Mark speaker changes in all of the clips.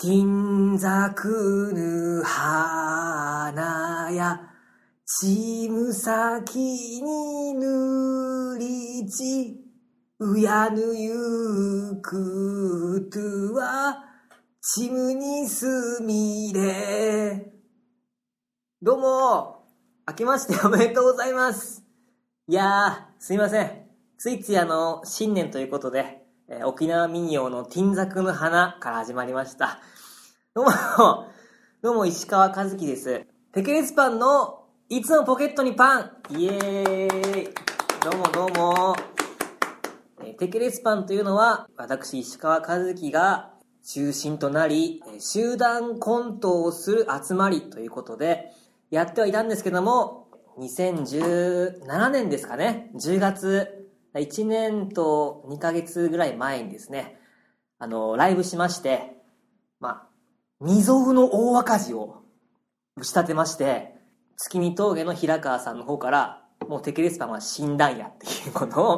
Speaker 1: 銀ざくぬ花や、ちむさきにぬりち、うやぬゆくとは、ちむにすみれ。どうも、明けましておめでとうございます。いやー、すいません。ついついあの、新年ということで、えー沖縄民謡の金作の花から始まりました。どうも、 どうも石川和樹です。テケレスパンのいつもポケットにパンイエーイどうもどうも。えーテケレスパンというのは、私石川和樹が中心となり、えー集団コントをする集まりということで、やってはいたんですけども、2017年ですかね、10月、1年と2ヶ月ぐらい前にですね、あの、ライブしまして、まあ、未曾有の大赤字を打ち立てまして、月見峠の平川さんの方から、もうテケレスパンは死んだんやっていうことを、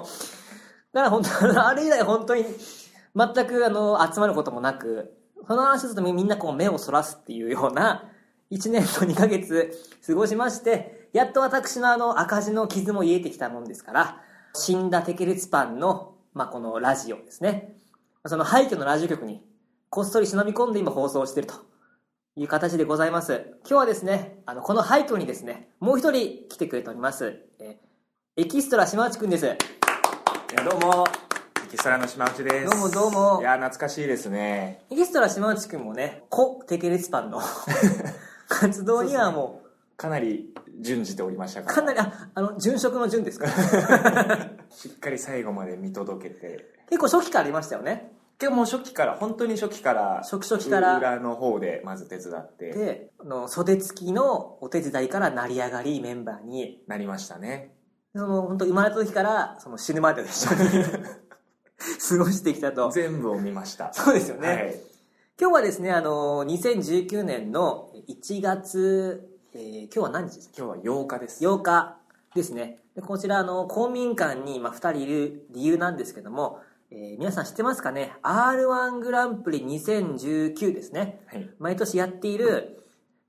Speaker 1: だから本当、あのあれ以来本当に、全くあの、集まることもなく、その話するとみんなこう目をそらすっていうような、1年と2ヶ月過ごしまして、やっと私のあの赤字の傷も癒えてきたもんですから、死んだテケレツパンの、まあ、このラジオですね。その廃墟のラジオ局に、こっそり忍び込んで今放送してるという形でございます。今日はですね、あの、この廃墟にですね、もう一人来てくれております。えーエキストラ島内くんです。
Speaker 2: いやどうもエキストラの島内です
Speaker 1: どうもどうも
Speaker 2: いや懐かしいですね
Speaker 1: エキストラ島内くんもね、古テケレツパン の活動にはもう、
Speaker 2: かなり順じておりましたから
Speaker 1: かなり、あ、あの、殉職の殉ですか
Speaker 2: しっかり最後まで見届けて
Speaker 1: 結構初期からありましたよね。
Speaker 2: でもう初期から本当に初期から
Speaker 1: 初期初期から
Speaker 2: 裏の方でまず手伝って
Speaker 1: で、あの、袖付きのお手伝いから成り上がりメンバーに、
Speaker 2: なりましたね
Speaker 1: その、本当生まれた時から、その死ぬまでと一緒 に 過ごしてきたと。
Speaker 2: 全部を見ました
Speaker 1: そうですよね。
Speaker 2: はい
Speaker 1: 今日はですね、あの、2019年の1月、えー今日は何日ですか
Speaker 2: 今日は8日です
Speaker 1: 8日ですね。でこちら、あの、公民館に今2人いる理由なんですけども、えー皆さん知ってますかね ?R1 グランプリ2019ですね。
Speaker 2: はい、
Speaker 1: 毎年やっている、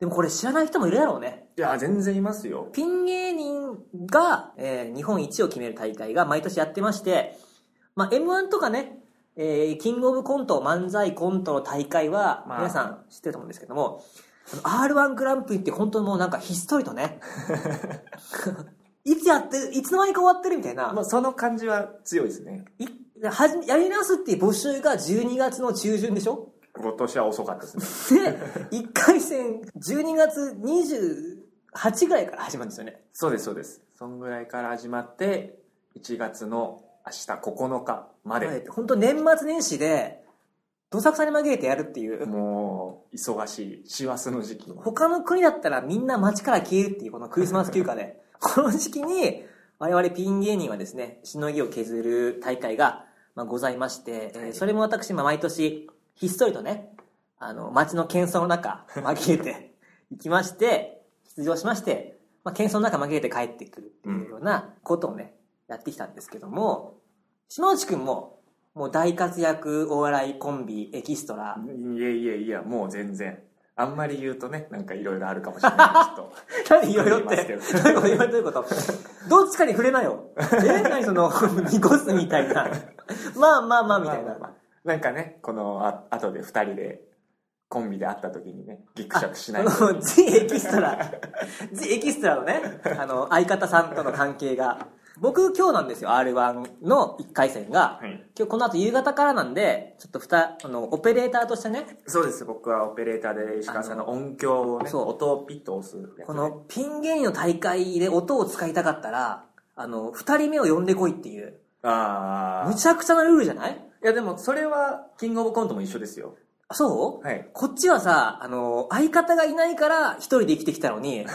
Speaker 1: でもこれ知らない人もいるだろうね。
Speaker 2: いや全然いますよ
Speaker 1: ピン芸人が、えー日本一を決める大会が毎年やってまして、まあ、M1 とかね、えーキングオブコント、漫才コントの大会は、
Speaker 2: まあ
Speaker 1: 皆さん知ってると思うんですけども、あの R1 グランプリって本当にもうなんかひっそりと ね、いつやってる、いつの間にか終わってるみたいな、
Speaker 2: まあその感じは強いですね
Speaker 1: いはじやり直すっていう募集が12月の中旬でし ょ
Speaker 2: 今年は遅かったですね
Speaker 1: で、1回戦12月28ぐらいから始まるんですよね。
Speaker 2: そうですそうですそんぐらいから始まって1月の明日9日まで、
Speaker 1: はい、本当年末年始でどさくさに紛れてやるっていう
Speaker 2: もう忙しい師走の時期
Speaker 1: 他の国だったらみんな街から消えるっていうこのクリスマス休暇でこの時期に我々ピン芸人はですねしのぎを削る大会が、まあ、ございまして、えー
Speaker 2: はい
Speaker 1: それも私、まあ、毎年ひっそりとねあの街の喧騒の 中紛れて行きまして出場しまして、まあ、喧騒の中紛れて帰ってくるっていうようなことをね、やってきたんですけども島内くんももう大活躍お笑いコンビエキストラ
Speaker 2: いやいやいやもう全然あんまり言うとねなんかいろいろあるかもしれないち ょっと
Speaker 1: 何いろいろって。
Speaker 2: 触
Speaker 1: ど
Speaker 2: れ
Speaker 1: うい
Speaker 2: ま
Speaker 1: う
Speaker 2: すけ
Speaker 1: ことどういうことどっちかに触れな よ。え何その、濁すみたいな。まあまあまあみたい
Speaker 2: ま
Speaker 1: な。
Speaker 2: あまあまあなんかねこのあ後で2人でコンビで会った時にねギクシャクし ないよう
Speaker 1: あの、ジエキストラ。 ジエキストラのね、あの、相方さんとの関係が。僕今日なんですよ、R1 の1回戦が。
Speaker 2: にはい
Speaker 1: 今日この後夕方からなんで、ちょっとふた、あの、オペレーターとしてね、
Speaker 2: そうです僕はオペレーターで石川さんの音響をね
Speaker 1: そう
Speaker 2: 音をピッと押すやつね
Speaker 1: このピン芸人の大会で音を使いたかったら、あの、二人目を呼んでこいっていう、
Speaker 2: あ
Speaker 1: む
Speaker 2: あ
Speaker 1: ちゃくちゃなルールじゃない
Speaker 2: いやでもそれはキングオブコントも一緒ですよ
Speaker 1: あそう
Speaker 2: はい
Speaker 1: こっちはさ、あの、相方がいないから一人で生きてきたのに、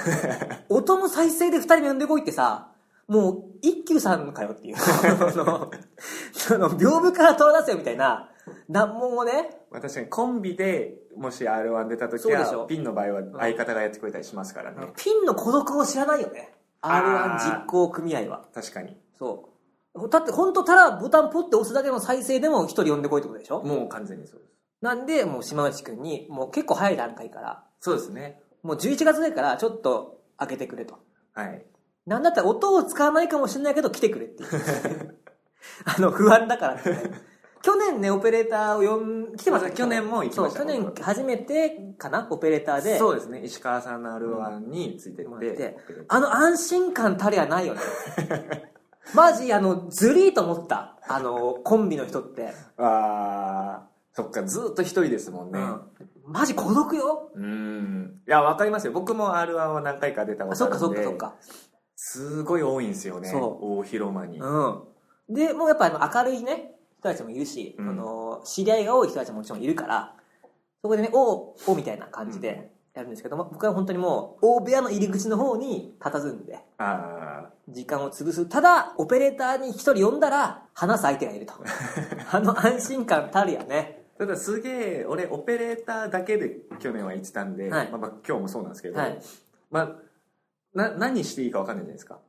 Speaker 1: 音の再生で二人呼んでこいってさ、もう、一休さんかよっていう。 その、その、屏風から問出せよみたいな、難問をね、
Speaker 2: まあ確かにコンビでもし r 1出た時
Speaker 1: そうでしょ
Speaker 2: はピンの場合は相方がやってくれたりしますからね
Speaker 1: ピンの孤独を知らないよね。
Speaker 2: あ
Speaker 1: R1
Speaker 2: ー
Speaker 1: 実行組合は。
Speaker 2: 確かに
Speaker 1: そう。だって、ほんとただボタンポッて押すだけの再生でも一人呼んでこいってことでしょ
Speaker 2: もう完全にそうです
Speaker 1: なんで、もう島内くんに、もう結構早い段階から、
Speaker 2: そうですね。
Speaker 1: もう11月ぐらいからちょっと開けてくれと。
Speaker 2: はい。
Speaker 1: なんだったら音を使わないかもしれないけど来てくれっていう。 あの、不安だからってね。去年ね、オペレーターを呼ん、来てますね
Speaker 2: 去年も行きました
Speaker 1: そう、去年初めてかな、オペレーターで。
Speaker 2: そうですね。石川さんの R1 についてって、
Speaker 1: うんあの安心感たりはないよ ね。マジ、あの、ずりーと思った。あの、コンビの人って。
Speaker 2: あー、そっか、ずーっと一人ですもんね。
Speaker 1: マジ孤独よ。
Speaker 2: うーん。いや、わかりますよ。僕も R1 は何回か出たこ
Speaker 1: あ
Speaker 2: と
Speaker 1: そ
Speaker 2: あ
Speaker 1: っ
Speaker 2: る
Speaker 1: か
Speaker 2: んで。
Speaker 1: そっかそっ。か。
Speaker 2: すごい多いんですよね。
Speaker 1: そ
Speaker 2: 大広間に。
Speaker 1: うん。で、もうやっぱあの明るいね、人たちもいるし、
Speaker 2: うん
Speaker 1: あの、知り合いが多い人たちももちろんいるから、そこでね、おうおうみたいな感じでやるんですけども、僕は本当にもう、大部屋の入り口の方に佇んで、
Speaker 2: あ
Speaker 1: 時間を潰す。ただ、オペレーターに一人呼んだら、話す相手がいる と。あの安心感たるやね。
Speaker 2: ー。ただすげえ、俺、オペレーターだけで去年は行ってたんで、
Speaker 1: はい
Speaker 2: まあまあ今日もそうなんですけど、
Speaker 1: はい。
Speaker 2: まあ、な、何していいかわかんないじゃないですか。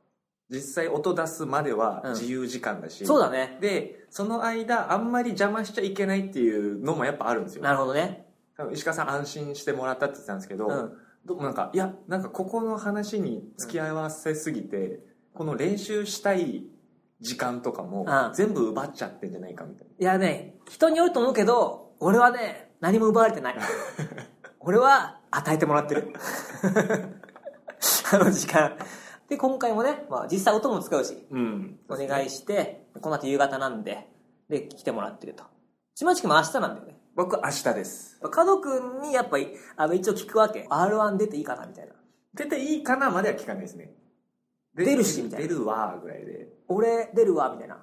Speaker 2: 実際音出すまでは
Speaker 1: うん
Speaker 2: 自由時間だし、
Speaker 1: そうだね。
Speaker 2: で、その間、あんまり邪魔しちゃいけないっていうのもやっぱあるんですよ。
Speaker 1: なるほどね。
Speaker 2: 多分石川さん安心してもらったって言ってたんですけど、
Speaker 1: うん
Speaker 2: どなんかいやなんかここの話に付き合わせすぎて、この練習したい時間とかも
Speaker 1: うん
Speaker 2: 全部奪っちゃってんじゃないかみたい
Speaker 1: いやね、人によると思うけど、俺はね、何も奪われてない。俺は与えてもらってる。 あの時間。で、今回もね、まあ、実際音も使うし、
Speaker 2: な、うん
Speaker 1: お願いして、この後夕方なんで、で、来てもらってると。島地君も明日なんだよね。
Speaker 2: 僕明日です
Speaker 1: 家族にやっぱり、あの、一応聞くわけ。R1 出ていいかなみたいな。
Speaker 2: 出ていいかなまでは聞かないですねで
Speaker 1: 出るしみたいな
Speaker 2: 出るわーぐらいで
Speaker 1: 俺出るわ、みたいな。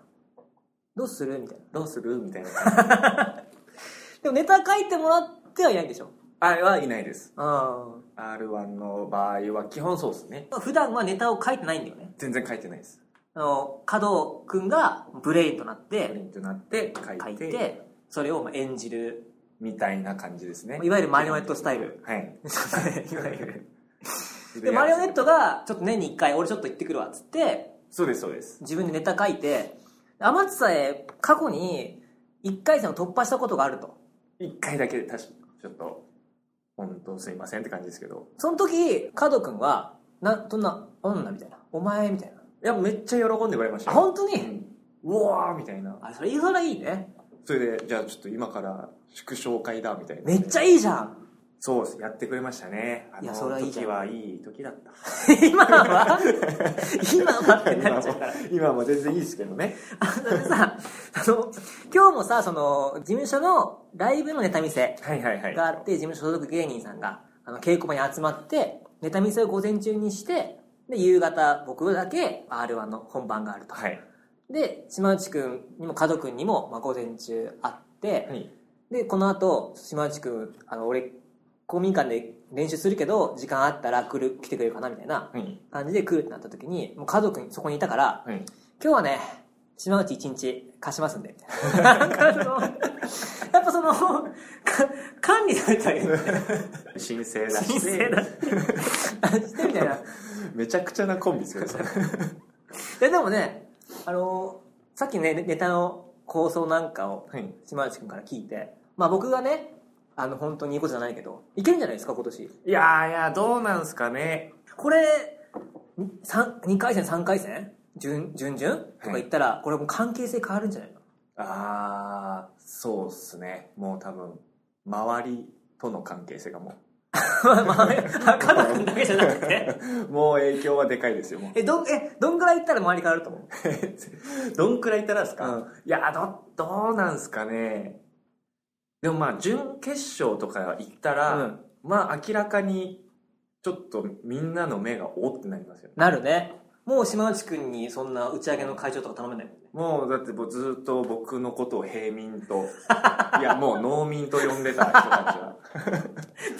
Speaker 1: どうするみたいな。
Speaker 2: どうするみたいな 感じ
Speaker 1: でもネタ書いてもらってはいないんでしょ。
Speaker 2: あれはいないです
Speaker 1: うん。
Speaker 2: R1 の場合は基本そうですね
Speaker 1: 普段はネタを書いてないんだよね。
Speaker 2: 全然書いてないです
Speaker 1: あの、加藤くんがブレインとなっ
Speaker 2: プリ
Speaker 1: て、
Speaker 2: ントになって書い
Speaker 1: 書
Speaker 2: て
Speaker 1: いて、それをまあ演じる。
Speaker 2: みたいな感じですね
Speaker 1: いわゆるマリオネットスタイル。
Speaker 2: はい
Speaker 1: いわゆる。で、マリオネットが、ちょっと年に一回、俺ちょっと行ってくるわ、っつって、
Speaker 2: そうですそうです
Speaker 1: 自分でネタ書いて、天津さえ過去に一回戦を突破したことがあると。
Speaker 2: 一回だけ確かちょっと本当すいませんって感じですけど
Speaker 1: その時、加藤くんは、な、どんな、女みたいな。お前みたいな。
Speaker 2: いやめっちゃ喜んでくれました
Speaker 1: あ、
Speaker 2: よ
Speaker 1: 本当に
Speaker 2: うわーみたいな
Speaker 1: あ、それ、それいいね。
Speaker 2: それでじゃあちょっと今から祝勝会だみたいな
Speaker 1: めっちゃいいじゃん。
Speaker 2: そうですやってくれましたねあ
Speaker 1: いや
Speaker 2: の
Speaker 1: それはいいじゃん
Speaker 2: 時はいい時 だった
Speaker 1: 今 は今はって
Speaker 2: 今
Speaker 1: な
Speaker 2: も
Speaker 1: っちゃうから。
Speaker 2: 今も全然いいですけどね
Speaker 1: あのさ、あの、今日もさ、その、事務所のライブのネタ見せ
Speaker 2: はいはいはい
Speaker 1: があって、事務所所属芸人さんが、あの、稽古場に集まって、ネタ見せを午前中にして、で、夕方、僕だけ R1 の本番があると。
Speaker 2: はい
Speaker 1: で、島内くんにも家族にも、まあ、午前中会って、
Speaker 2: はい
Speaker 1: で、この後、島内くん、あの、俺、公民館で練習するけど、時間あったら来る、来てくれるかなみたいな
Speaker 2: はい
Speaker 1: 感じで来るってなった時に、もう家族にそこにいたから、
Speaker 2: はい
Speaker 1: 今日はね島内一日貸しますんで みたいななんかあのやっぱそのか管理されたり
Speaker 2: 申請出し
Speaker 1: 申
Speaker 2: て
Speaker 1: 請 だしてみたいない
Speaker 2: めちゃくちゃなコンビですけどそれ
Speaker 1: やでもねあのさっきねネタの構想なんかを
Speaker 2: はい
Speaker 1: 島内君から聞いてまあ僕がねあの本当にいいことじゃないけどいけるんじゃないですか今年
Speaker 2: いやーいやーどうなんすかね
Speaker 1: これ2回戦3回戦準準々とか言ったら、これもう関係性変わるんじゃないの
Speaker 2: ああそうっすねもう多分周りとの関係性がも
Speaker 1: まあね加藤君だけじゃなくて
Speaker 2: う もう影響はでかいですよもう
Speaker 1: え、どん、え、どんぐらい行ったら周り変わると思う
Speaker 2: どんくらいいたらですか、
Speaker 1: うん
Speaker 2: いやどどうなんすかねでもまあ準決勝とか行ったら、
Speaker 1: うん
Speaker 2: まあ明らかにちょっとみんなの目がおってなりますよね
Speaker 1: なるね。もう島内くんにそんな打ち上げの会長とか頼めないもんね。
Speaker 2: もうだってもうずっと僕のことを平民と いやもう農民と呼んでた人たち は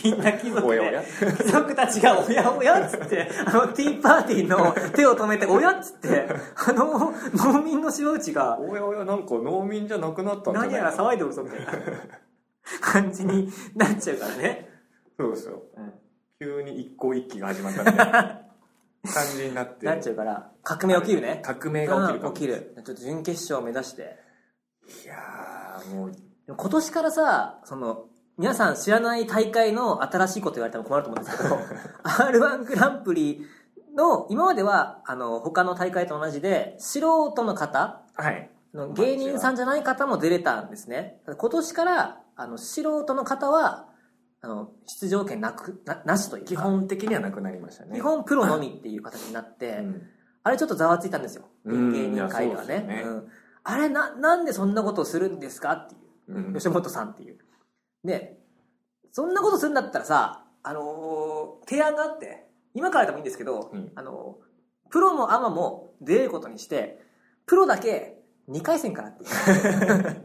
Speaker 1: みんな貴族
Speaker 2: おやお
Speaker 1: で
Speaker 2: や。
Speaker 1: 貴族たちがおやおやっつって、あのティーパーティーの手を止めておやっつって、あの農民の島内が
Speaker 2: おやおやなんか農民じゃなくなったんじゃない
Speaker 1: 何やら騒いでおるぞみたいな感じになっちゃうからね。
Speaker 2: そうですよ、
Speaker 1: うん
Speaker 2: 急に一向一揆が始まったみた いな感じになって
Speaker 1: なっちゃうから、革命起きるね。
Speaker 2: 革命が起きるか
Speaker 1: うん
Speaker 2: も
Speaker 1: 起きる。ちょっと準決勝を目指して。
Speaker 2: いやーもう
Speaker 1: でも今年からさ、その、皆さん知らない大会の新しいこと言われても困ると思うんですけ ど、R1 グランプリの、今までは、あの、他の大会と同じで、素人の方、
Speaker 2: はい
Speaker 1: の芸人さんじゃない方も出れたんですね。今年から、あの、素人の方は、あの、出場権なく、な、なしというか
Speaker 2: 基、本的にはなくなりましたね
Speaker 1: 基本プロのみっていう形になって、
Speaker 2: うん
Speaker 1: あれちょっとざわついたんですよ。
Speaker 2: うん
Speaker 1: 芸人界ではい
Speaker 2: やそうで
Speaker 1: ね。
Speaker 2: す
Speaker 1: う
Speaker 2: よ
Speaker 1: んあれな、なんでそんなことをするんですかっていう。
Speaker 2: うん
Speaker 1: 吉本さんっていう。で、そんなことするんだったらさ、あのー提案があって、今からでもいいんですけど、
Speaker 2: うん
Speaker 1: あのープロもアマも出れることにして、プロだけ2回戦からっていう。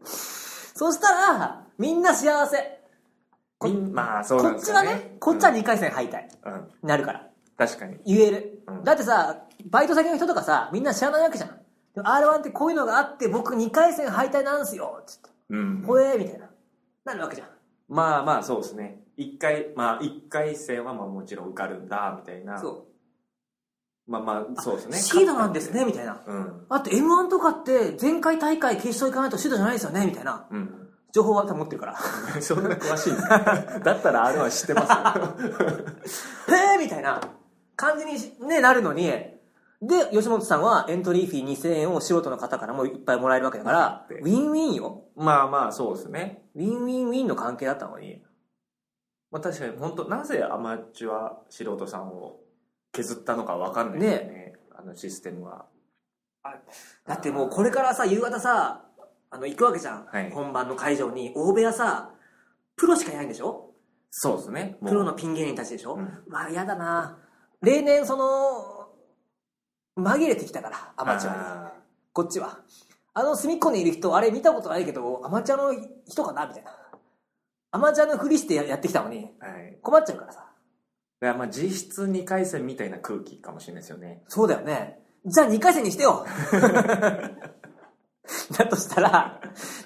Speaker 1: そしたら、みんな幸せ。こ
Speaker 2: みんまあそう
Speaker 1: こ
Speaker 2: なん
Speaker 1: っ
Speaker 2: で
Speaker 1: ち
Speaker 2: す
Speaker 1: は
Speaker 2: よ
Speaker 1: ね、こっちは
Speaker 2: ね
Speaker 1: 2回戦敗退
Speaker 2: うんうん
Speaker 1: になるから。
Speaker 2: 確かに
Speaker 1: 言える、
Speaker 2: うん
Speaker 1: だってさバイト先の人とかさみんな知らないわけじゃんでも R1 ってこういうのがあって僕2回戦敗退なんすよつって
Speaker 2: うん
Speaker 1: ほえーみたいななるわけじゃん
Speaker 2: まあまあそうですね一回まあ一回戦はまあもちろん受かるんだみたいな
Speaker 1: そ
Speaker 2: まあまあそうです
Speaker 1: う、
Speaker 2: ね
Speaker 1: シードなんですねみたいな
Speaker 2: うん
Speaker 1: あと m 1とかって前回大会決勝行かないとシードじゃないですよねみたいな
Speaker 2: うん
Speaker 1: 情報は多分持ってるから
Speaker 2: そんな詳しいんですか だったらあれは知ってますよ
Speaker 1: へえ みたいな感じに、ね、なるのにで吉本さんはエントリーフィー2000円を素人の方からもいっぱいもらえるわけだから
Speaker 2: うん
Speaker 1: ウィンウィンよ
Speaker 2: まあまあそうですね
Speaker 1: ウィンウィンウィンの関係だったのに
Speaker 2: まあ確かに本当なぜアマチュア素人さんを削ったのかわかんないですよねあのシステムは
Speaker 1: だってもうこれからさ夕方さあの行くわけじゃん、
Speaker 2: はい
Speaker 1: 本番の会場に大部屋さプロしかいないんでしょ
Speaker 2: そうですねもう
Speaker 1: プロのピン芸人たちでしょ、
Speaker 2: うん
Speaker 1: まあ嫌だな例年その紛れてきたからアマチュアに
Speaker 2: あー
Speaker 1: こっちはあの隅っこにいる人あれ見たことないけどアマチュアの人かなみたいなアマチュアのふりしてややってきたのに
Speaker 2: はい
Speaker 1: 困っちゃうからさ
Speaker 2: だからまあ実質2回戦みたいな空気かもしれないですよね
Speaker 1: そうだよね。じゃあ2回戦にしてよ だとしたら、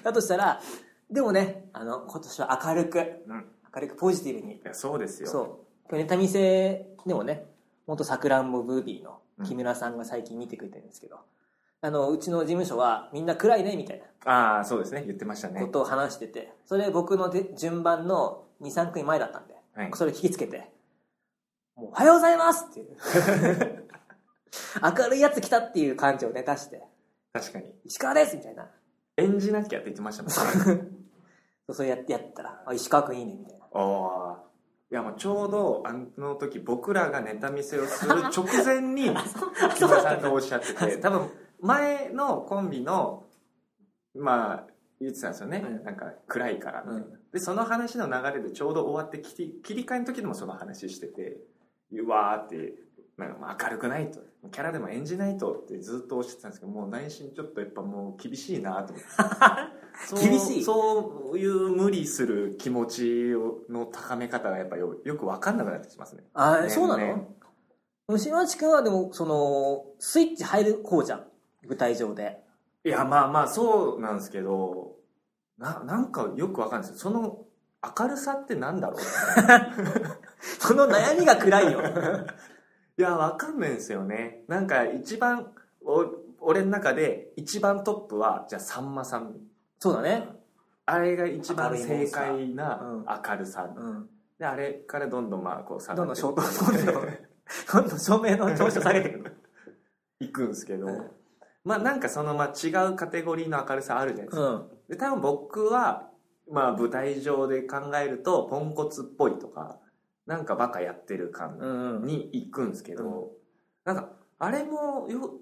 Speaker 1: だとしたら、でもね、あの、今年は明るく、
Speaker 2: うん
Speaker 1: 明るくポジティブに。
Speaker 2: いやそうですよ
Speaker 1: そう。今日ネタ見せでもね、元さくらんぼブービーの木村さんが最近見てくれてるんですけど、あの、うちの事務所はみんな暗いね、みたい
Speaker 2: ああそうですね言ってました
Speaker 1: なこ
Speaker 2: ね
Speaker 1: とを話してて、それ僕ので順番の2、3組前だったんで、
Speaker 2: はい
Speaker 1: それ聞きつけて、もうおはようございますっていう。 明るいやつ来たっていう感じをね、出して、
Speaker 2: 確かに
Speaker 1: 石川ですみたいな。
Speaker 2: 演じなきゃって言ってましたもんね
Speaker 1: そうそうやってやったら、あ、石川くんいいねみたいな。
Speaker 2: ああいやもうちょうどあの時僕らがネタ見せをする直前に木村さんがおっしゃってて多分前のコンビのまあ言ってたんですよね、
Speaker 1: うん
Speaker 2: なんか暗いからみたいな、
Speaker 1: う
Speaker 2: でその話の流れでちょうど終わって切り切り替えの時でもその話しててうわーってなんかまあ明るくないとキャラでも演じないとってずっとおっしゃってたんですけどもう内心ちょっとやっぱもう厳しいな と思ってそう
Speaker 1: 厳しい
Speaker 2: そういう無理する気持ちをの高め方がやっぱよよく分かんなくなってきますね
Speaker 1: あ、
Speaker 2: ね
Speaker 1: そうな
Speaker 2: ね
Speaker 1: の虫町くんはでも、その、スイッチ入る方じゃん。舞台上で。
Speaker 2: いやまあまあそうなんですけどななんかよくわかんないですよその明るさってなんだろう
Speaker 1: その悩みが暗いよ。
Speaker 2: いやわかんないんですよねなんか一番お俺の中で一番トップはじゃあさんまさん
Speaker 1: そうだね。
Speaker 2: あれが一
Speaker 1: 明
Speaker 2: 番
Speaker 1: るいもん
Speaker 2: 正
Speaker 1: さ
Speaker 2: 解な明るさ、
Speaker 1: うん。
Speaker 2: であれからどんどんまあこう下
Speaker 1: どん
Speaker 2: が
Speaker 1: どん
Speaker 2: って
Speaker 1: 消灯、どんどん、どん どん照明の調子を下げてくる。
Speaker 2: いくんですけど、
Speaker 1: うん
Speaker 2: まあなんかそのまあ違うカテゴリーの明るさあるじゃないですか、
Speaker 1: うん。
Speaker 2: で多分僕は、まあ、舞台上で考えるとポンコツっぽいとかなんかバカやってる
Speaker 1: う
Speaker 2: 感
Speaker 1: んうん。
Speaker 2: に行くんですけど、なんかあれもよ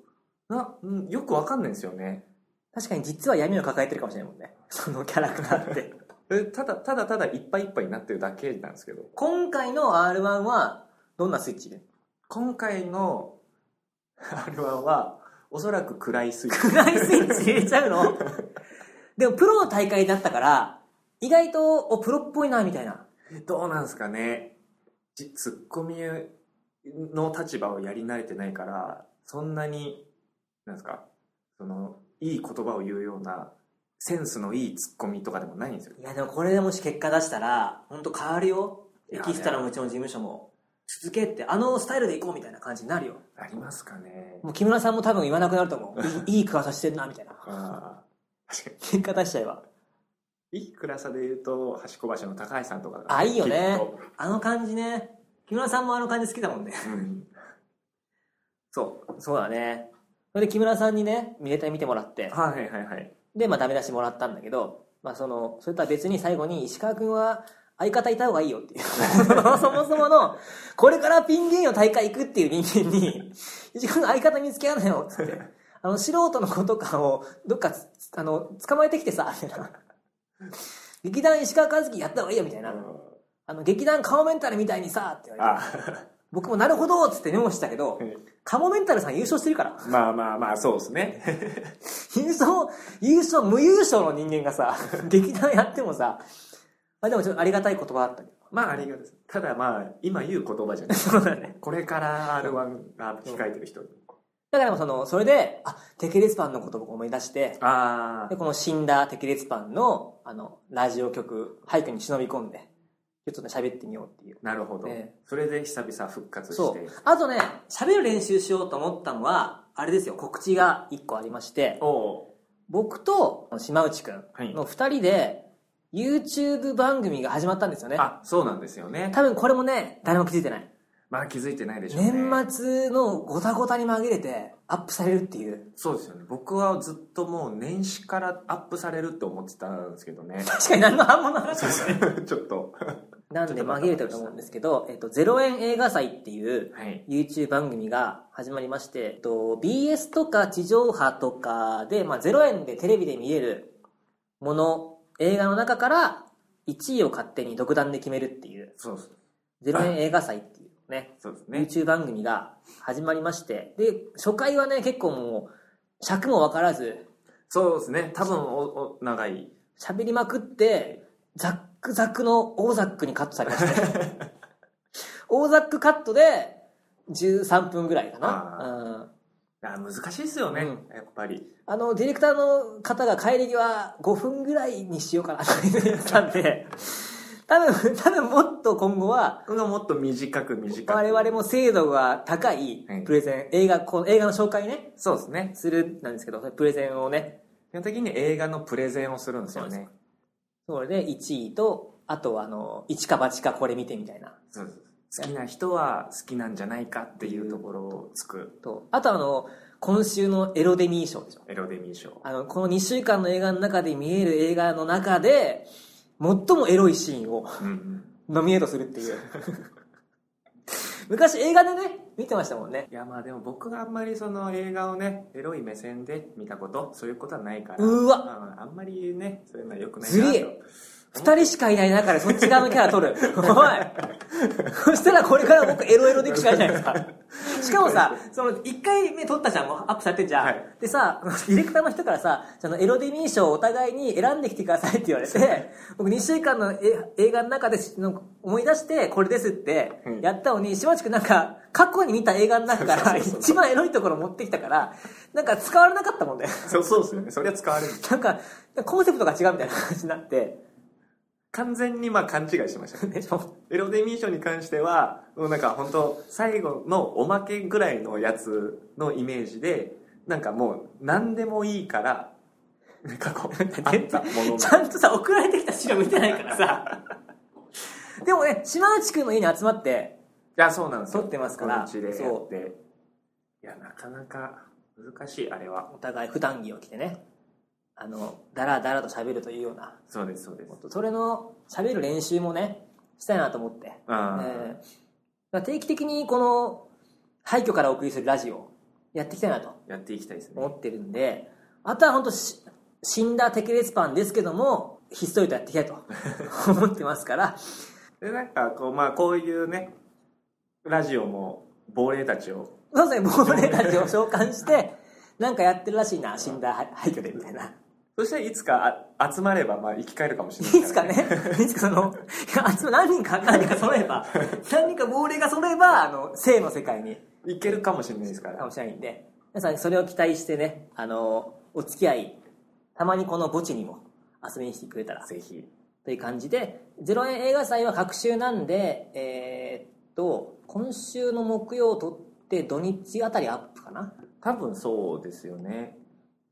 Speaker 2: なうんよくわかんないんですよね
Speaker 1: 確かに実は闇を抱えてるかもしれないもんね。そのキャラクターって。
Speaker 2: でただただただいっぱいいっぱいになってるだけなんですけど
Speaker 1: 今回の R1 は、どんなスイッチで
Speaker 2: 今回の R1 はおそらく暗いスイッチ
Speaker 1: 暗いスイッチ入れちゃう のでもプロの大会だったから意外とおプロっぽいなみたいな
Speaker 2: どうなんですかねじツッコミの立場をやり慣れてないからそんなになんですかそのいい言葉を言うようなセンスのいいツッコミとかでもないんですよ
Speaker 1: いやでもこれでもし結果出したら本当変わるよ
Speaker 2: い
Speaker 1: エ
Speaker 2: や
Speaker 1: キストラもうちの事務所も続けってあのスタイルでいこうみたいな感じになるよ
Speaker 2: ありますかね
Speaker 1: もう木村さんも多分言わなくなると思ういいいい食わさしてんなみたいな
Speaker 2: あ
Speaker 1: 結果出しちゃえば
Speaker 2: いい暗さで言うと、端っこ橋の高橋さんとかが。
Speaker 1: あいいよね
Speaker 2: きっと
Speaker 1: あの感じね。木村さんもあの感じ好きだもんね。
Speaker 2: うん。
Speaker 1: そう、そうだね。それで木村さんにね、ミネタ見てもらって、
Speaker 2: はいはいはい。
Speaker 1: で、まあダメ出しもらったんだけど、まあその、それとは別に最後に石川くんは相方いた方がいいよっていう。 そもそもの、これからピン芸の大会行くっていう人間に、石川くん相方見つけやなよっつって。あの、素人の子とかを、どっかつ、あの、捕まえてきてさ、みたいな。劇団石川和樹やった方がいいよ、みたいな。あの、劇団顔メンタルみたいにさ、って言われて。
Speaker 2: あ、
Speaker 1: 僕もなるほどっつってメモしてたけど、カモメンタルさん優勝してるから。
Speaker 2: まあまあまあ、そうですね。
Speaker 1: 優勝、優勝、無優勝の人間がさ、 劇団やってもさ、あでもちょっとありがたい言葉だったけど。
Speaker 2: まあ、ありがたいです。ただまあ、今言う言葉じゃな い。
Speaker 1: そうだね。
Speaker 2: これから R1 が控えてる人に。
Speaker 1: だからでもその、それで、あ、テケレツパンのことを僕思い出して、
Speaker 2: あ
Speaker 1: で、この死んだテケレツパンの、あの、ラジオ曲、俳句に忍び込んで、ちょっとね、喋ってみようっていう。
Speaker 2: なるほど
Speaker 1: ね。
Speaker 2: それで久々復活し
Speaker 1: そ
Speaker 2: て
Speaker 1: う。。あとね、喋る練習しようと思ったのは、あれですよ、告知が1個ありまして、
Speaker 2: おう
Speaker 1: 僕と島内くんの2人で、YouTube 番組が始まったんですよね。
Speaker 2: あ、そうなんですよね。
Speaker 1: 多分これもね、誰も気づいてない。
Speaker 2: まあ気づいてないでしょうね。
Speaker 1: 年末のごたごたに紛れてアップされるっていう。
Speaker 2: そうですよね。僕はずっともう年始からアップされるって思ってたんですけどね。
Speaker 1: 確かに何の反応の話
Speaker 2: そう
Speaker 1: も
Speaker 2: そ
Speaker 1: ね。
Speaker 2: う ちょっと。
Speaker 1: なんで紛れてると思うんですけど、えっと、0円映画祭っていう
Speaker 2: はい。
Speaker 1: YouTube 番組が始まりまして、えっと、BS とか地上波とかで、まあ、0円でテレビで見れるもの、映画の中から1位を勝手に独断で決めるっていう、
Speaker 2: そうそう。
Speaker 1: 0円映画祭っていうね、
Speaker 2: そうですね。
Speaker 1: YouTube 番組が始まりまして、で、初回はね、結構もう、尺もわからず、
Speaker 2: そうですね。多分お、お、長い。
Speaker 1: 喋りまくって、ザックザクの大ザックにカットされました。大ザックカットで、13分ぐらいか
Speaker 2: あ
Speaker 1: な。うん
Speaker 2: あ難しいですよね。
Speaker 1: う
Speaker 2: やっぱり。
Speaker 1: あの、ディレクターの方が帰り際5分ぐらいにしようかなって言ってたんで、多分、多分もっと今後は、
Speaker 2: 僕がもっと短く短く。
Speaker 1: 我々も精度が高いプレゼン、映画、この映画の紹介ね、
Speaker 2: そうですね。
Speaker 1: するなんですけど、それプレゼンをね、
Speaker 2: 基本的に映画のプレゼンをするんですよね。
Speaker 1: それで1位と、あとはあの、一か八かこれ見てみたいな。
Speaker 2: そうそう好きな人は好きなんじゃないかっていうところをつく
Speaker 1: と、あとあの、今週のエロデミー賞でしょ。
Speaker 2: エロデミー賞。
Speaker 1: あの、この2週間の映画の中で見える映画の中で、最もエロいシーンを
Speaker 2: うんうん。
Speaker 1: ノミネートするっていう。昔映画でね、見てましたもんね。
Speaker 2: いやまあでも僕があんまりその映画をね、エロい目線で見たこと、そういうことはないから。
Speaker 1: うわ
Speaker 2: まああんまりね、そういうのは良くない
Speaker 1: ずりえ二人しかいない中でそっち側のキャラ取る。おいそしたらこれから僕エロエロでいくしかないじゃないですか。しかもさ、その一回目取ったじゃん、もうアップされてんじゃん。
Speaker 2: はい
Speaker 1: でさ、ディレクターの人からさ、そのエロデミー賞をお互いに選んできてくださいって言われて、僕2週間のえ映画の中での思い出してこれですって
Speaker 2: うん
Speaker 1: やったのに、島地くんなんか過去に見た映画の中から一番エロいところ持ってきたから、なんか使われなかったもんね。
Speaker 2: そうそうですよね。それは使われる。
Speaker 1: なんか、コンセプトが違うみたいな話になって。
Speaker 2: 完全にまあ勘違いしてましたね。
Speaker 1: でしょ
Speaker 2: エロデミー賞に関しては、もうなんか本当最後のおまけぐらいのやつのイメージで、なんかもう何でもいいから、なんかこう、あったもの
Speaker 1: ちゃんとさ、送られてきた資料見てないからさ。でもね、島内くんの家に集まって、
Speaker 2: いや、そうなんですよ。
Speaker 1: 撮ってますから
Speaker 2: このうちでや
Speaker 1: そ
Speaker 2: って。いや、なかなか難しい、あれは。
Speaker 1: お互い普段着を着てね、あの、だらだらと喋るというような、
Speaker 2: そうです、そうです
Speaker 1: ほん。とそれの喋る練習もね、したいなと思って。え
Speaker 2: あー
Speaker 1: ーだから定期的にこの、廃墟からお送りするラジオをやっていきたいなと
Speaker 2: やっていきたいですね
Speaker 1: 思。ってるんで、あとは本当死んだテケレツパンですけども、ひっそりとやっていきたいと思ってますから、
Speaker 2: で、なんかこう、まあこういうね、ラジオも、亡霊たちを、
Speaker 1: そうですね、亡霊たちを召喚して、なんかやってるらしいな、死んだ廃廃墟で、みたいな。
Speaker 2: そしていつかあ集まれば、まあ生き返るかもしれない
Speaker 1: いつかね、いつかその、集ま何人か、何人か揃えば、何人か亡霊が揃えば、あの、生の世界に、
Speaker 2: いけるかもしれないですから。
Speaker 1: かもしれないんで、皆さんそれを期待してね、あの、お付き合い、たまにこの墓地にも遊びに来てくれたら、
Speaker 2: ぜひ。
Speaker 1: という感じで、0円映画祭は隔週なんで、えーっと、今週の木曜を撮って土日あたりアップかな。
Speaker 2: 多分そうですよね。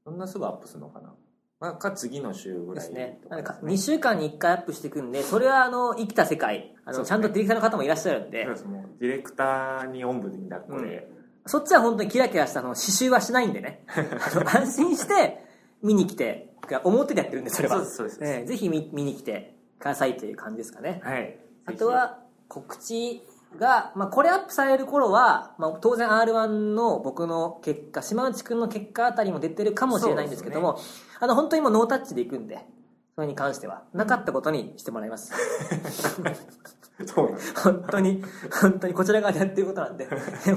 Speaker 2: そんなすぐアップするのかな。まあ、か次の週ぐ
Speaker 1: で
Speaker 2: らい
Speaker 1: すね
Speaker 2: と
Speaker 1: な
Speaker 2: か
Speaker 1: ん
Speaker 2: です
Speaker 1: か
Speaker 2: ね
Speaker 1: 2週間に1回アップしていくんでそれはあの生きた世界あの
Speaker 2: そうですね
Speaker 1: ちゃんとディレクターの方もいらっしゃるんで
Speaker 2: そうですもうディレクターにおんぶに抱っこで、
Speaker 1: そっちは本当にキラキラしたあの刺繍はしないんで ねあの安心して見に来て表でやってるんでそれは
Speaker 2: そうですそうですそうです
Speaker 1: ええぜひ見見に来てくださいという感じですかね
Speaker 2: はい
Speaker 1: あとは告知が、まあ、これアップされる頃は、まあ、当然 r 1の僕の結果島内くんの結果あたりも出てるかもしれないんですけども、あの本当にもうノータッチでいくんでそれに関してはなかったことにしてもらいます、
Speaker 2: ぜひそうなんです
Speaker 1: 本当に本当にこちら側でやってることなん で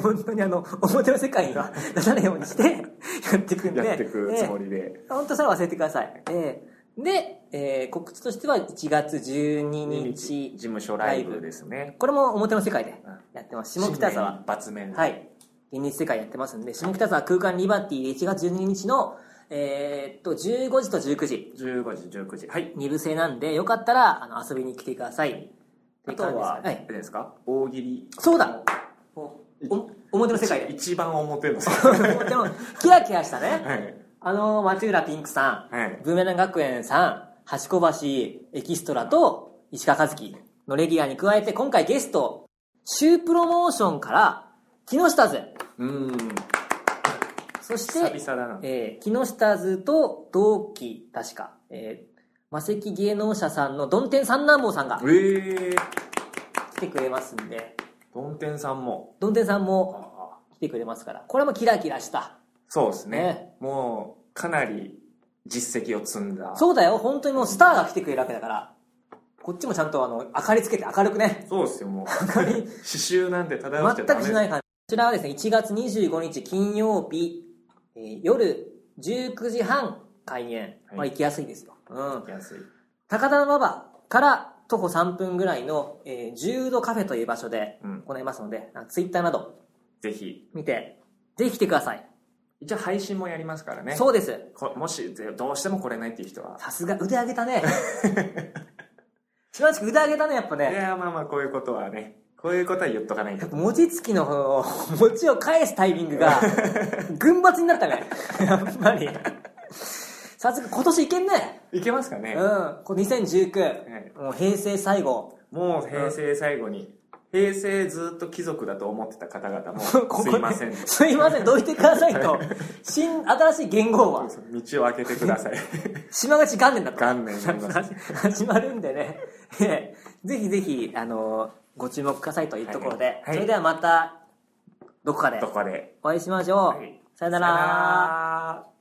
Speaker 1: 本当にあの表の世界には出さないようにしてやっていくんで
Speaker 2: やっていくつもりで、
Speaker 1: 本当それは忘れてください、ええで、えー告知としては1月12日
Speaker 2: 事務所ライブですね
Speaker 1: これも表の世界でやってます下北
Speaker 2: 新年
Speaker 1: 沢
Speaker 2: 一発目の
Speaker 1: はい。現実世界やってますんで、下北沢空間リバティで1月12日の、えーっと、15時と19時、
Speaker 2: 15時19時はい
Speaker 1: 二部制なんで、よかったら、あの、遊びに来てください。
Speaker 2: あとは、
Speaker 1: という感じです
Speaker 2: あれですか大喜利
Speaker 1: そうだお表の世界 で。
Speaker 2: 一番表の世界
Speaker 1: 表の、キラキラしたね。
Speaker 2: はい
Speaker 1: あの、松浦ピンクさん、
Speaker 2: はい
Speaker 1: ブーメラン学園さん、橋小橋エキストラと石川和樹のレギュラーに加えて、今回ゲスト、シュープロモーションから、木下図、
Speaker 2: うん
Speaker 1: そして、
Speaker 2: 久々だな
Speaker 1: えー木下図と同期確か、えー、魔石芸能者さんのどん天三男坊さんが
Speaker 2: ええ
Speaker 1: 来てくれますんで
Speaker 2: どんてんさんも
Speaker 1: どん天さん
Speaker 2: あ
Speaker 1: も
Speaker 2: あ
Speaker 1: 来てくれますからこれもキラキラした
Speaker 2: そうですね
Speaker 1: ね
Speaker 2: もうかなり実績を積んだ
Speaker 1: そうだよ本当にもうスターが来てくれるわけだからこっちもちゃんとあの明かりつけて明るくね
Speaker 2: そうですよもう
Speaker 1: 明 かり
Speaker 2: 刺繍なんて漂っちゃ
Speaker 1: 全
Speaker 2: ダメ
Speaker 1: くしない感じこちらはですね1月25日金曜日、えー夜19時半開演、まあ、
Speaker 2: はい
Speaker 1: 行きやすいですよ、うん、
Speaker 2: 安い
Speaker 1: 高田馬場から徒歩3分ぐらいの、えー、重度カフェという場所で
Speaker 2: うん
Speaker 1: 行いますので、ツイッターなど
Speaker 2: ぜひ
Speaker 1: 見て、ぜひ来てください。
Speaker 2: 一応配信もやりますからね
Speaker 1: そうです。
Speaker 2: こもしぜどうしても来れないっていう人は
Speaker 1: さすが腕上げた ね。島内くん腕上げたね、やっぱ
Speaker 2: い
Speaker 1: ね。
Speaker 2: やーまあまあこういうことはねこういうことは言っとかないと
Speaker 1: 餅つきの この餅を返すタイミング が、群抜になったね。やっぱり。さすが今年いけんね。
Speaker 2: いけますかね、
Speaker 1: うん。これ
Speaker 2: ね
Speaker 1: 2019。もう平成最後。
Speaker 2: もう平成最後に、平成ずっと貴族だと思ってた方々も
Speaker 1: ここ
Speaker 2: す
Speaker 1: で
Speaker 2: いません
Speaker 1: すいません、どいてくださいと。新、新しい言語 は。
Speaker 2: 道を開けてく ださい
Speaker 1: 島がち元年だった。
Speaker 2: 元年になり ます
Speaker 1: 始まるんでね。ええぜひぜひ、あのご注目くださいというところで、
Speaker 2: はいはい
Speaker 1: それではまた、どこかで
Speaker 2: どこで
Speaker 1: お会いしましょう。
Speaker 2: はい
Speaker 1: さよなら。
Speaker 2: さよなら